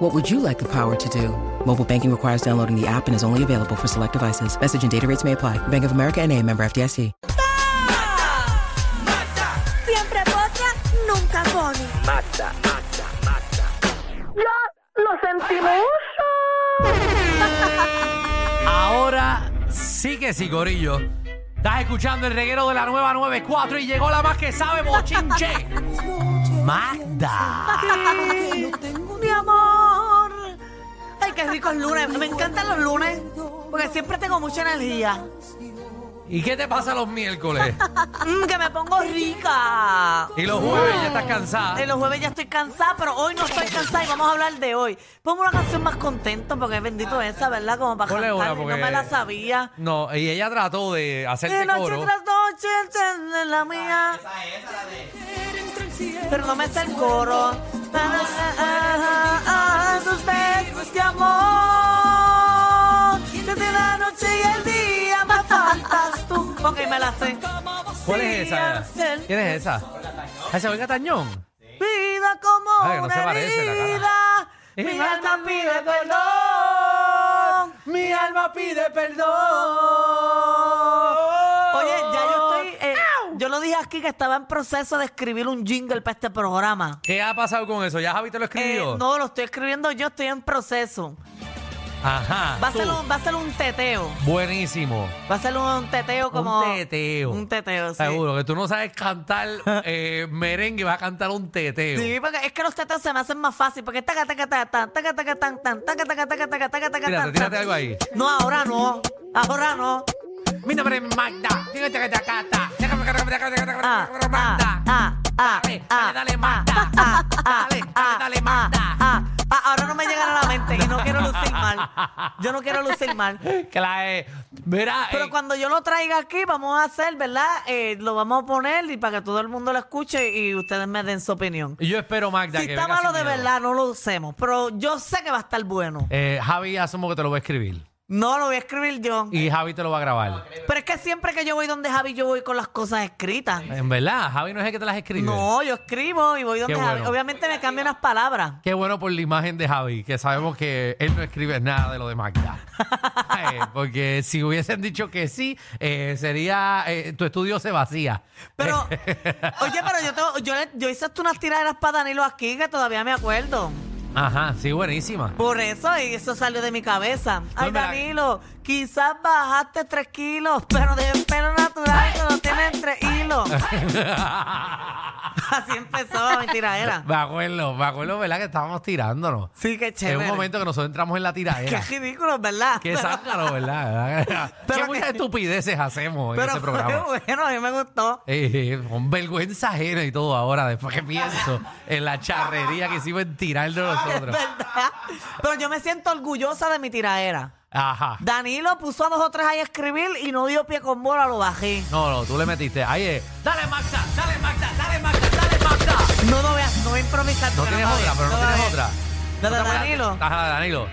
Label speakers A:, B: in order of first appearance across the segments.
A: What would you like the power to do? Mobile banking requires downloading the app and is only available for select devices. Message and data rates may apply. Bank of America and a member FDIC.
B: Siempre potra, nunca pone. ¡Ya lo sentimos!
C: Ahora sí que sí, Corillo. Estás escuchando el reguero de la nueva 94 y llegó la más que sabe, Bochinche. Magda.
B: Mi amor. Ay, qué ricos lunes. Me encantan los lunes porque siempre tengo mucha energía.
C: ¿Y qué te pasa los miércoles?
B: Mm, que me pongo rica.
C: Y los jueves ya estás cansada.
B: Eh, los jueves ya estoy cansada, pero hoy no estoy cansada y vamos a hablar de hoy. Pongo una canción más contenta porque bendito esa, ¿verdad? Como para
C: Ponle una,
B: cantar, no
C: porque-
B: me la sabía.
C: No, y ella trató de
B: De
C: hacerte
B: noche
C: coro.
B: tras noche, enciende la mía. Pero no me está el coro. Ah, ah, ah, ah, ah, tus besos de amor. Desde la noche y el día me faltas tú. Ok, me la sé.
C: ¿Cuál es esa?
B: Sí,
C: ¿Quién es esa? Ah, ¿Esa Olga Tañón?
B: Vida como
C: Ah, que no
B: una
C: se parece la cara.
B: herida.
C: Y
B: Mi
C: más
B: alma
C: no
B: pide perdón.
C: Mi alma pide perdón.
B: Oye, ya yo estoy. eh, yo lo dije aquí que estaba en proceso de escribir un jingle para este programa.
C: ¿Qué ha pasado con eso? ¿Ya Javi te lo
B: Eh,
C: escribió?
B: no, lo estoy escribiendo yo, estoy en proceso.
C: Ajá.
B: Va a, ser
C: tú.
B: un, va a ser un teteo.
C: Buenísimo.
B: Va a ser un teteo como.
C: un teteo.
B: Un teteo, sí.
C: Seguro que tú no sabes cantar eh, merengue, vas a cantar un teteo.
B: Sí, porque es que los teteos se me hacen más fácil. Porque taca, taca, taca, taca, taca, taca, taca, taca, taca, taca, taca, taca, taca, taca,
C: Tírate,
B: taca,
C: tírate
B: taca.
C: algo ahí.
B: No, ahora no. Ahora no.
C: Mi nombre es Magda.
B: Ah, ah, ah, ah,
C: Dale,
B: ah,
C: dale, dale,
B: ah,
C: Magda.
B: ah, ah,
C: Dale, dale,
B: ah,
C: dale,
B: ah,
C: Magda.
B: ah, ah. Ahora no me llegan a la mente y no quiero lucir mal. Yo no quiero lucir mal.
C: Que la eh, Mira, eh,
B: Pero cuando yo lo traiga aquí, vamos a hacer, ¿verdad? Eh, lo vamos a poner y para que todo el mundo lo escuche y ustedes me den su opinión.
C: yo espero, Magda,
B: Si
C: que
B: está
C: venga sin
B: malo de
C: miedo.
B: verdad, no lo usemos. Pero yo sé que va a estar bueno.
C: Eh, Javi, asumo que te lo va a escribir.
B: No lo voy a escribir yo.
C: Y Javi te lo va a grabar.
B: Pero es Eh. que siempre que yo voy donde Javi, yo voy con las cosas escritas.
C: En verdad, Javi no es el que te las escribe.
B: No, yo escribo y voy donde
C: Qué
B: Javi.
C: bueno.
B: Obviamente me cambian las palabras.
C: Qué bueno por la imagen de Javi, que sabemos que él no escribe nada de lo de Magda. Eh, porque si hubiesen dicho que sí, eh, sería eh, tu estudio se vacía.
B: Pero, oye, pero yo, tengo, yo, le- yo hice hasta unas tiraderas para Danilo aquí que todavía me acuerdo.
C: Ajá, sí, buenísima.
B: Por eso, y eso salió de mi cabeza. Ay,
C: mira.
B: Danilo, quizás bajaste tres kilos, pero de pelo natural que lo tienes entre hilos.
C: me
B: Así empezó mi tiradera.
C: acuerdo, me acuerdo, ¿verdad? Que estábamos tirándonos.
B: Sí, qué
C: En
B: chévere.
C: un momento que nosotros entramos en la
B: Qué
C: tiradera.
B: ridículo, ¿verdad?
C: Qué sácaro, ¿verdad?
B: Pero
C: Qué
B: que-
C: muchas estupideces hacemos en
B: pero
C: ese
B: fue
C: programa.
B: bueno, a mí me gustó.
C: Eh, eh, con vergüenza ajena y todo ahora, después que pienso en la charrería que hicimos en tirar de
B: Es
C: nosotros.
B: verdad. Pero yo me siento orgullosa de mi tiradera.
C: Ajá.
B: Danilo puso a dos o tres ahí a escribir y no dio pie con bola, lo bajé.
C: No, no, tú le metiste. eh. Ahí es. Dale, Magda, dale, Magda, dale, Magda, dale, Magda.
B: No, no veas, no voy a improvisar.
C: No
B: porque
C: tienes
B: va
C: otra,
B: bien,
C: pero no
B: va
C: tienes
B: bien.
C: otra.
B: La de
C: No te acuerdas.
B: Danilo.
C: Ajá, la de Danilo.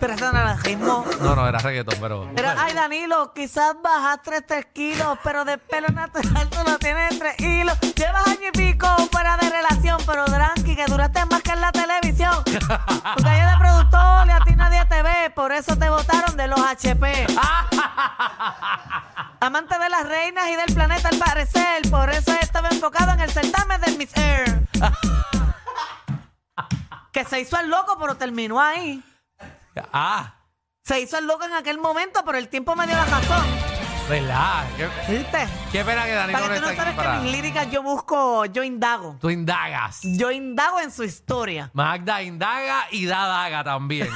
B: Pero ese naranjismo.
C: No, no, era reggaetón, pero.
B: Pero, ay, Danilo, quizás bajaste tres kilos, pero de pelo natural tú no tienes entre hilos. Llevas año y pico fuera de relación, pero tranqui, que duraste más que en la televisión. Tu calle de productor y a ti nadie te ve, por eso te votaron de los HP. Amante de las reinas y del planeta al parecer, por eso estaba enfocado en el certamen del Miss Air. que se hizo el loco, pero terminó ahí.
C: Ah,
B: Se hizo el loco en aquel momento, pero el tiempo me dio la razón.
C: ¿verdad? Qué,
B: ¿Viste?
C: qué pena que Danilo
B: Para que tú
C: no
B: no
C: está
B: sabes
C: aquí
B: que
C: para-
B: mis líricas yo busco, yo indago.
C: Tú indagas.
B: Yo indago en su historia.
C: Magda indaga y da daga también.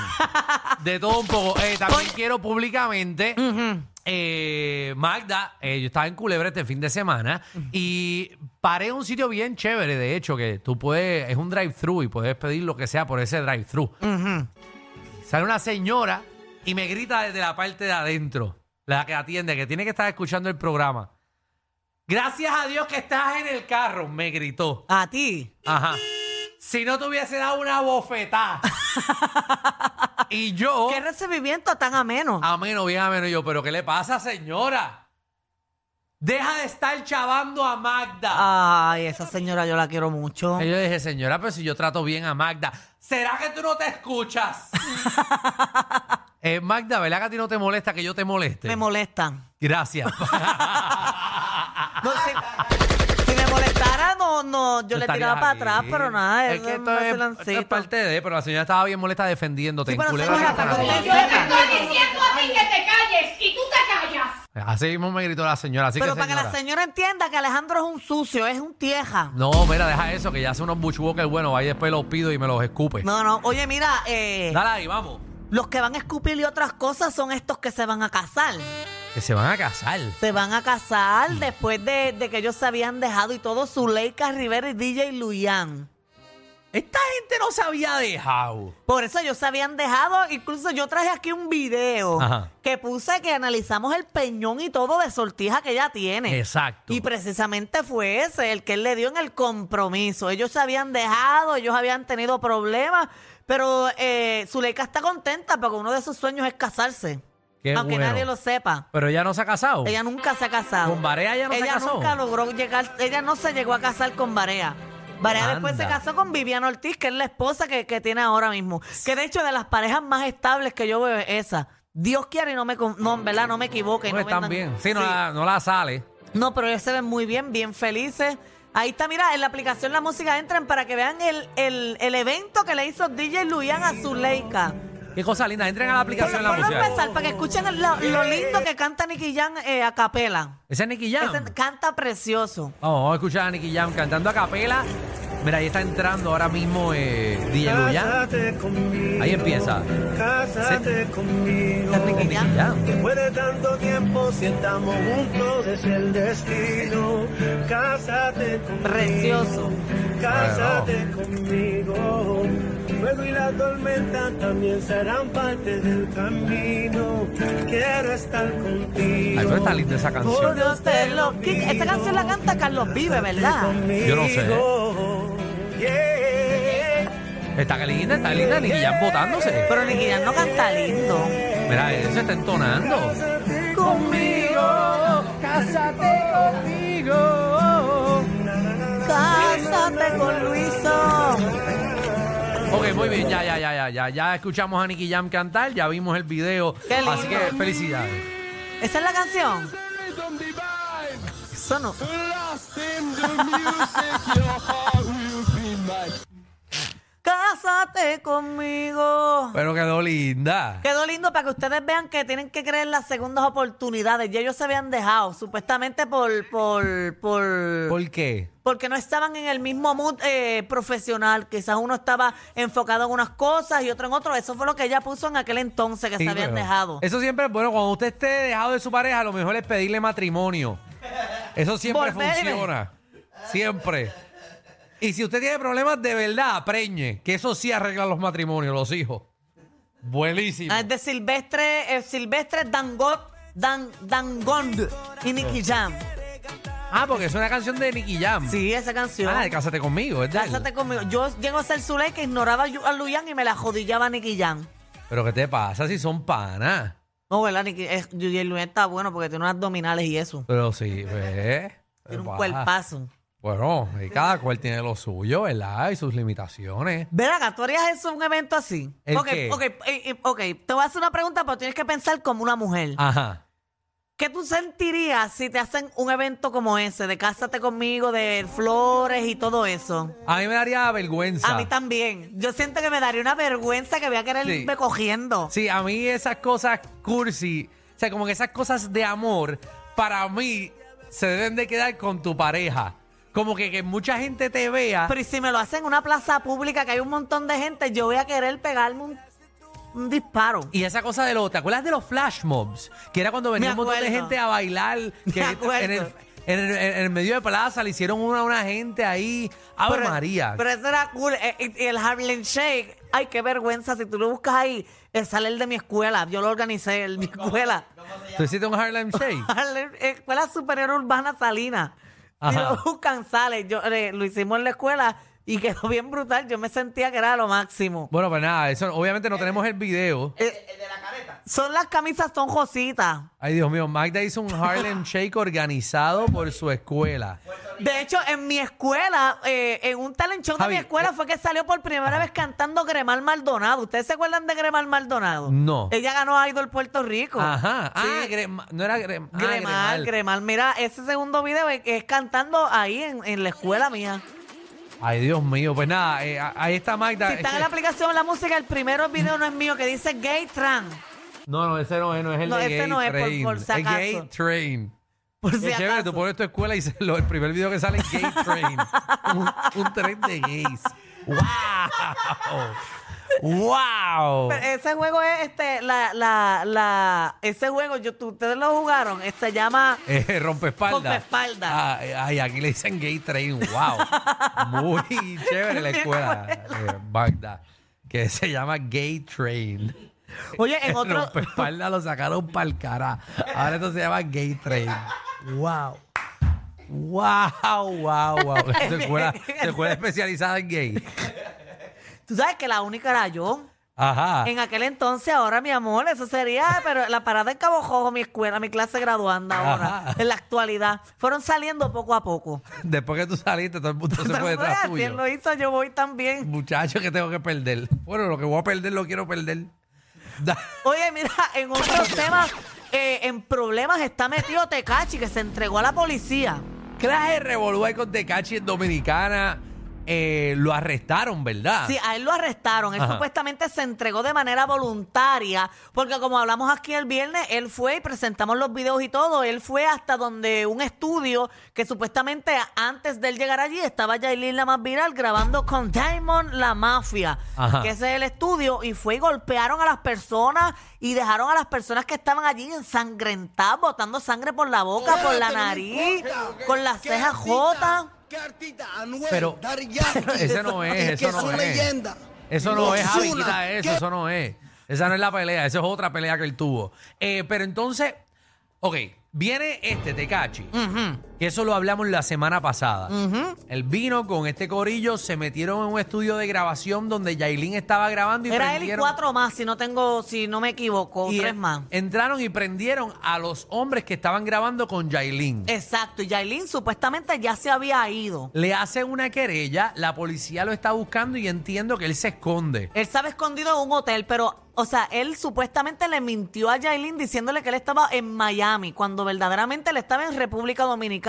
C: De todo un poco. Eh, también quiero públicamente.
B: Mm.
C: eh, Magda, eh, yo estaba en Culebra este fin de semana
B: Mm.
C: y paré en un sitio bien chévere, de hecho, que tú puedes, es un drive-thru y puedes pedir lo que sea por ese drive-thru. Sale una señora y me grita desde la parte de adentro. la que atiende, que tiene que estar escuchando el programa. Gracias a Dios que estás en el carro, me gritó.
B: A ti.
C: Ajá. Si no te hubiese dado una bofetada. y yo,
B: Qué recibimiento tan ameno.
C: a menos, bien a menos, yo, pero ¿qué le pasa, señora? Deja de estar chavando a Magda.
B: Ay, esa señora yo la quiero mucho.
C: Y yo dije, señora, pero si yo trato bien a Magda, ¿será que tú no te escuchas? Eh, Magda, ¿verdad que a ti no te molesta que yo te moleste?
B: Me molestan.
C: Gracias. Ah.
B: No, si, si me molestara, no, no, yo le
C: Estarías
B: tiraba para
C: aquí.
B: atrás, pero nada,
C: Es
B: eso
C: que
B: es
C: esto es,
B: un
C: esto es parte de, pero la señora estaba bien molesta defendiéndote.
B: Sí,
C: en
B: pero
C: Culebra
B: señora,
C: San
B: pero
C: Francisco.
D: Yo te estoy diciendo a ti que te calles y tú te callas.
C: Así mismo me gritó la señora, así
B: Pero
C: que
B: para que la señora entienda que Alejandro es un sucio, es un tieja.
C: No, mira, deja eso, que ya hace unos bushwalkers buenos, ahí después los pido y me los escupe.
B: No, no, oye, mira, eh,
C: Dale ahí, vamos.
B: los que van a escupir y otras cosas son estos que se van a casar.
C: Que se van a casar.
B: Se van a casar después de, de que ellos se habían dejado y todo Zuleika Rivera y DJ Luyan.
C: Esta gente no se había dejado.
B: Por eso ellos se habían dejado, incluso yo traje aquí un video
C: Ajá.
B: que puse que analizamos el peñón y todo de sortija que ella tiene.
C: Exacto.
B: Y precisamente fue ese el que él le dio en el compromiso. Ellos se habían dejado, ellos habían tenido problemas, pero eh, Zuleika está contenta porque uno de sus sueños es casarse.
C: Qué
B: aunque
C: bueno. Oh.
B: nadie lo sepa.
C: Pero ella no se ha casado.
B: Ella nunca se ha casado.
C: ¿Con Barea ella no se casó?
B: nunca logró llegar, ella no se llegó a casar con Barea. Barea después se
C: Anda.
B: casó con Viviana Ortiz, que es la esposa que, que tiene ahora mismo. Que de hecho de las parejas más estables que yo veo es esa. Dios quiere y no me con- no, en verdad no me equivoque. y
C: no,
B: no
C: están
B: vendan-
C: bien. Sí, no,
B: Sí.
C: La, no la sale.
B: No, pero ellos se ven muy bien, bien felices. Ahí está, mira, en la aplicación La Música entran para que vean el, el, el evento que le hizo DJ Luyan a Zuleika.
C: Qué cosa linda. Entren a la aplicación de la
B: Vamos a
C: música.
B: empezar para que escuchen lo, lo lindo que canta Nicky Jam eh, a capela.
C: Ese es Nicky Jam.
B: Ese canta precioso.
C: Vamos, vamos a escuchar a Nicky Jam cantando a capela. Mira, ahí está entrando ahora mismo eh, DJ Luyan.
E: Cásate conmigo.
C: Ahí empieza.
E: Cásate conmigo.
B: Está Nicky Jam.
C: Nicky Jam.
E: Después de tanto tiempo, si estamos juntos, es el destino. Cásate conmigo.
B: Precioso.
E: Cásate conmigo. Fuego y la tormenta también serán parte del camino. Quiero estar contigo.
C: Ay, pero está linda esa canción.
B: Por Dios te lo quito. Esta canción la canta Carlos Vive, ¿verdad?
C: Yo no sé. ¿eh?
E: Yeah.
C: Está linda, está linda Nicky Jam botándose.
B: Pero Nicky Jam no canta lindo.
C: Mira, él se está entonando.
E: conmigo, cásate conmigo.
B: Cásate con Luiso.
C: Ok, muy bien, ya, ya, ya, ya, ya. Ya escuchamos a Nicky Jam cantar, ya vimos el video.
B: Qué lindo.
C: Así que felicidades.
B: ¿Esa es la canción? Eso no. Cásate conmigo.
C: Pero quedó linda.
B: Quedó lindo para que ustedes vean que tienen que creer las segundas oportunidades. Ya ellos se habían dejado, supuestamente por, por, por,
C: ¿Por qué?
B: porque no estaban en el mismo mood eh, profesional. Quizás uno estaba enfocado en unas cosas y otro en otro. Eso fue lo que ella puso en aquel entonces que
C: Sí,
B: se habían
C: pero-
B: dejado.
C: Eso siempre es bueno. Cuando usted esté dejado de su pareja, lo mejor es pedirle matrimonio. Eso siempre
B: Volver.
C: funciona. Siempre. Y si usted tiene problemas de verdad, preñe. Que eso sí arregla los matrimonios, los hijos. Buenísimo.
B: Ah, Es de Silvestre, eh, Silvestre Dangot, Dan, Dangond y Nicky Jam.
C: Ah, porque es una canción de Nicky Jam.
B: Sí, esa canción.
C: Ah, de Cásate conmigo, es de él.
B: Cásate conmigo. Yo llego a ser Zuleika, ignoraba a Yu- a Luyan y me la jodillaba a Nicky Jam.
C: Pero ¿qué te pasa si son panas?
B: No, ¿verdad? Nicky? Es- Juliet Luyan está bueno porque tiene unas abdominales y eso.
C: Pero sí, pues.
B: Tiene un
C: pa-
B: cuerpazo.
C: Bueno, y cada cual tiene lo suyo, ¿verdad? Y sus limitaciones.
B: Ven acá, ¿tú harías eso en un evento así?
C: ¿El
B: ok,
C: qué?
B: ok, eh, eh, ok. Te voy a hacer una pregunta, pero tienes que pensar como una mujer.
C: Ajá.
B: ¿Qué tú sentirías si te hacen un evento como ese, de Cásate conmigo, de flores y todo eso?
C: A mí me daría vergüenza.
B: A mí también. Yo siento que me daría una vergüenza que voy a querer
C: Sí.
B: irme cogiendo.
C: Sí, a mí esas cosas cursi, o sea, como que esas cosas de amor, para mí se deben de quedar con tu pareja. Como que, que mucha gente te vea.
B: Pero y si me lo hacen en una plaza pública que hay un montón de gente, yo voy a querer pegarme un, un disparo.
C: Y esa cosa de los, ¿te acuerdas de los flash mobs? Que era cuando venía
B: Me
C: un montón de
B: acuerdo.
C: gente a bailar.
B: Me
C: Que
B: acuerdo.
C: en el- en el, en el medio de plaza, le hicieron una a una gente ahí. Ave
B: Pero-
C: María.
B: Pero eso era cool. Eh, Y y el Harlem Shake, ay, qué vergüenza. Si tú lo buscas ahí, eh, sale el de mi escuela. Yo lo organicé en mi escuela.
C: ¿Tú hiciste un Harlem Shake?
B: Harlem- escuela Superior Urbana Salina. Y
C: Ajá.
B: lo buscan, sale. Yo, eh, lo hicimos en la escuela y quedó bien brutal. Yo me sentía que era lo máximo.
C: Bueno, pues nada, eso obviamente no tenemos el video.
B: Eh, Son las camisas, son jositas.
C: Ay, Dios mío, Magda hizo un Harlem Shake organizado por su escuela.
B: De hecho, en mi escuela, eh, en un talent show de
C: Javi, eh,
B: mi escuela, fue que salió por primera vez cantando Gremal Maldonado. ¿Ustedes se acuerdan de Gremal Maldonado?
C: No.
B: Ella ganó a Idol Puerto Rico.
C: Ajá.
B: Sí.
C: Ah, Grema- no era Grem- ah,
B: Gremal,
C: Gremal.
B: Gremal. Mira, ese segundo video es, es cantando ahí en, en la escuela mía.
C: Ay, Dios mío, pues nada, eh, a- ahí está Magda.
B: Si están en la aplicación la música, el primero video no es mío, que dice Gay Tran.
C: No, no, ese no es, no es el
B: No,
C: de
B: ese
C: Gay
B: no es, por-
C: Train.
B: por si
C: Es Gay
B: acaso.
C: Train.
B: Por si
C: Qué chévere,
B: acaso.
C: tú pones tu escuela y se- lo- el primer video que sale es Gay Train. un, un tren de gays. ¡Wow! ¡Wow!
B: Pero Ese juego es este, la, la, la, ese juego, yo, tú- ustedes lo jugaron, eh, se llama
C: Eh, rompe espalda.
B: Rompeespaldas.
C: Ay, ay, aquí le dicen gay train. Wow. Muy chévere la
B: Mi
C: escuela. eh, Magda. Que se llama Gay Train.
B: Oye, en otro-
C: Rompe espalda lo sacaron para el cara. Ahora esto se llama Gay Train. Wow. Wow, wow, wow. Esta escuela, esta escuela especializada en gay.
B: Tú sabes que la única era yo.
C: Ajá.
B: En aquel entonces, ahora, mi amor, eso sería, pero la parada en Cabo Jojo, mi escuela, mi clase graduanda ahora,
C: Ajá.
B: en la actualidad, fueron saliendo poco a poco.
C: Después que tú saliste, todo el mundo se fue detrás
B: Si
C: tuyo.
B: él lo hizo, yo voy también.
C: Muchachos, que tengo que perder. Bueno, lo que voy a perder lo quiero perder. Da-
B: Oye, mira, en otros temas, eh, en problemas está metido Tecachi, que se entregó a la policía.
C: Clase de revolú ahí con Tecachi en Dominicana. Eh, lo arrestaron, ¿verdad?
B: Sí, a él lo arrestaron. Él
C: Ah. Ajá.
B: supuestamente se entregó de manera voluntaria, porque como hablamos aquí el viernes, él fue y presentamos los videos y todo. Él fue hasta donde un estudio que supuestamente antes de él llegar allí estaba Yailin la más viral grabando con Diamond la mafia,
C: Ajá.
B: que ese es el estudio, y fue y golpearon a las personas y dejaron a las personas que estaban allí ensangrentadas, botando sangre por la boca, por la nariz, con las cejas jotas.
F: ¿Qué artista? Anuel,
C: Pero-
F: Daddy Yankee.
C: Ese no es,
F: que
C: eso no
F: una
C: es.
F: leyenda.
C: Eso no es, Javi,
F: Ozuna,
C: quita eso,
F: ¿qué
C: eso no es. Esa no es la pelea, esa es otra pelea que él tuvo. Eh, pero entonces, ok, viene este Tecachi, que eso lo hablamos la semana pasada. Él vino con este corillo, se metieron en un estudio de grabación donde Yailin estaba grabando y
B: Era él y
C: prendieron-
B: cuatro más, si no tengo, si no me equivoco, o
C: y
B: tres
C: en-
B: más.
C: Entraron y prendieron a los hombres que estaban grabando con Yailin.
B: Exacto, y Yailin supuestamente ya se había ido.
C: Le hacen una querella, la policía lo está buscando y entiendo que él se esconde.
B: Él estaba escondido en un hotel, pero, o sea, él supuestamente le mintió a Yailin diciéndole que él estaba en Miami, cuando verdaderamente él estaba en República Dominicana.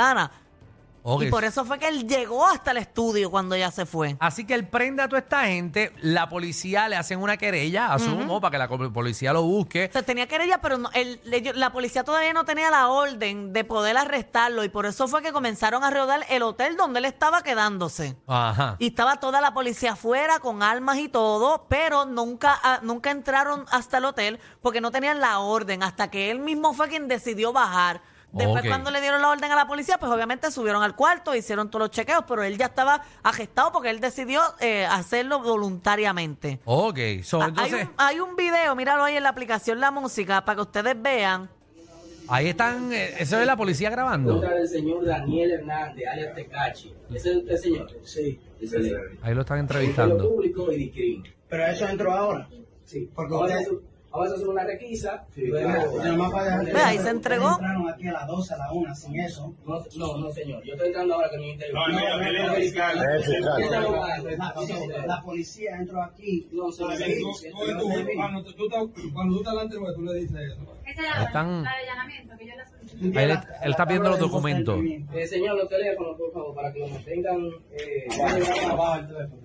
C: Ok.
B: Y por eso fue que él llegó hasta el estudio cuando ella se fue.
C: Así que él prende a toda esta gente, la policía le hacen una querella, asumo, para que la co- policía lo busque.
B: O sea, tenía querella, pero no- el- ellos- la policía todavía no tenía la orden de poder arrestarlo y por eso fue que comenzaron a rodear el hotel donde él estaba quedándose.
C: Ajá.
B: Y estaba toda la policía afuera con armas y todo, pero nunca, ah, nunca entraron hasta el hotel porque no tenían la orden, hasta que él mismo fue quien decidió bajar. Después
C: Ok.
B: cuando le dieron la orden a la policía, pues obviamente subieron al cuarto, hicieron todos los chequeos, pero él ya estaba agestado porque él decidió eh, hacerlo voluntariamente.
C: Ok, so,
B: Ah, hay,
C: Pues, entonces
B: un, hay un video, míralo ahí en la aplicación La Música, para que ustedes vean.
C: ahí están, eh, eso es la policía grabando.
G: contra del señor Daniel Hernández, alias Tecachi. ¿Ese es usted, señor? Sí.
C: Ahí lo están
G: Lo
C: entrevistando.
G: público y discrim.
F: Pero eso entró ahora. Sí, porque
G: Vamos a
F: ustedes-
G: hacer- vamos a hacer una requisa.
F: Claro,
G: Luego-
F: yo nomás para dejar-
B: Ve, ahí se entregó.
F: Entraron aquí a las 12, a la 1, sin eso.
G: No, no, no, señor. Yo estoy entrando ahora con mi interview.
E: No, no, él es fiscal.
G: no,
E: fiscal.
G: Esa no va,
F: La,
G: no, no, no,
F: la policía entró aquí.
G: No, señor.
F: Sí,
G: no,
F: sí,
G: no,
F: no te vi.
H: Cuando tú estás delante, pues, tú le dices eso.
D: Esa es
C: Ahí
D: la,
C: están.
D: la de allanamiento que yo la solicité.
F: Un día
C: Ahí le-
F: la-
C: él está
F: la
C: viendo los
F: cámara de voz del
C: documentos.
F: pimiento.
G: Eh, señor, los teléfonos, por favor, para que lo mantengan. Eh,
F: Abajo el teléfono.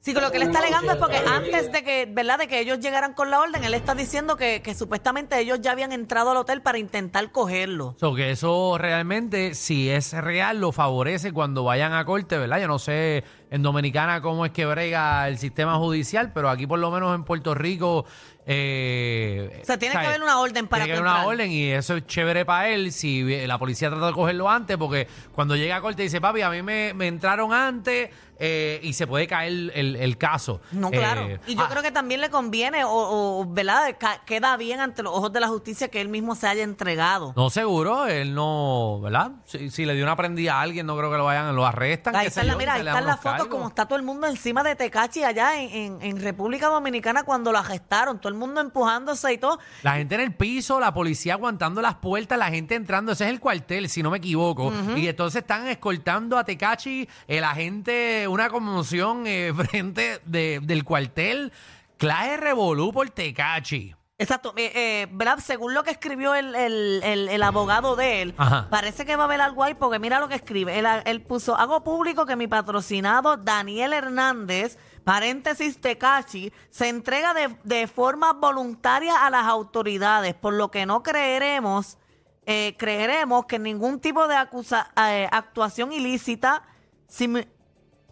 B: Sí, que lo que él está alegando es porque antes de que, ¿verdad? De que ellos llegaran con la orden, él está diciendo que, que supuestamente ellos ya habían entrado al hotel para intentar cogerlo.
C: So, que eso realmente, si es real, lo favorece cuando vayan a corte, ¿verdad? Yo no sé en Dominicana cómo es que brega el sistema judicial, pero aquí por lo menos en Puerto Rico... eh,
B: O sea, tiene
C: ¿sabes?
B: que haber una orden para
C: Tiene que
B: tú
C: haber una
B: entrar.
C: orden y eso es chévere para él si la policía trata de cogerlo antes, porque cuando llega a corte dice, papi, a mí me, me entraron antes eh, y se puede caer el, el- el caso.
B: No, claro.
C: Eh,
B: y yo
C: ah,
B: creo que también le conviene, o, o, ¿verdad? Ca- Queda bien ante los ojos de la justicia que él mismo se haya entregado.
C: No seguro, él no, ¿verdad? Si, si le dio una prendida a alguien, no creo que lo vayan, lo arrestan.
B: Ahí
C: qué sé
B: están, la-
C: yo,
B: mira,
C: se
B: ahí
C: le dan
B: están las
C: unos
B: fotos
C: cargos.
B: como está todo el mundo encima de Tecachi allá en, en- en República Dominicana cuando lo arrestaron, todo el mundo empujándose y todo.
C: La gente en el piso, la policía aguantando las puertas, la gente entrando. Ese es el cuartel, si no me equivoco. Y entonces están escoltando a Tecachi, la gente, una conmoción eh, frente de- del cuartel. Clase revolú por Tecachi.
B: Exacto, eh, eh, ¿verdad? Según lo que escribió el, el- el- el abogado de él,
C: Ajá.
B: parece que va a haber algo ahí porque mira lo que escribe. Él, él puso, hago público que mi patrocinado Daniel Hernández, paréntesis Tecachi, se entrega de, de forma voluntaria a las autoridades, por lo que no creeremos, eh, creeremos que ningún tipo de acusa- eh, actuación ilícita simu-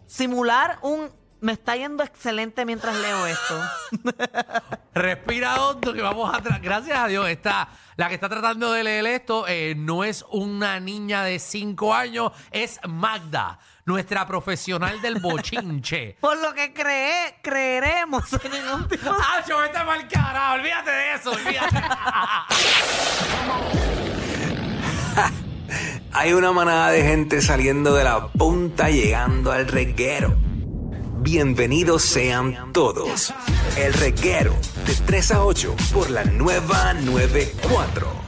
B: simular un... Me está yendo excelente mientras leo esto.
C: Respira hondo que vamos a... tra- Gracias a Dios, está, la que está tratando de leer esto eh, no es una niña de cinco años, es Magda, nuestra profesional del bochinche.
B: Por lo que cree, creeremos en ningún tipo de-
C: ¡Ah, yo vete mal carajo! ¡Olvídate de eso! ¡Olvídate!
I: Hay una manada de gente saliendo de la punta llegando al reguero. Bienvenidos sean todos. El reguero de 3 a 8 por la nueva 94.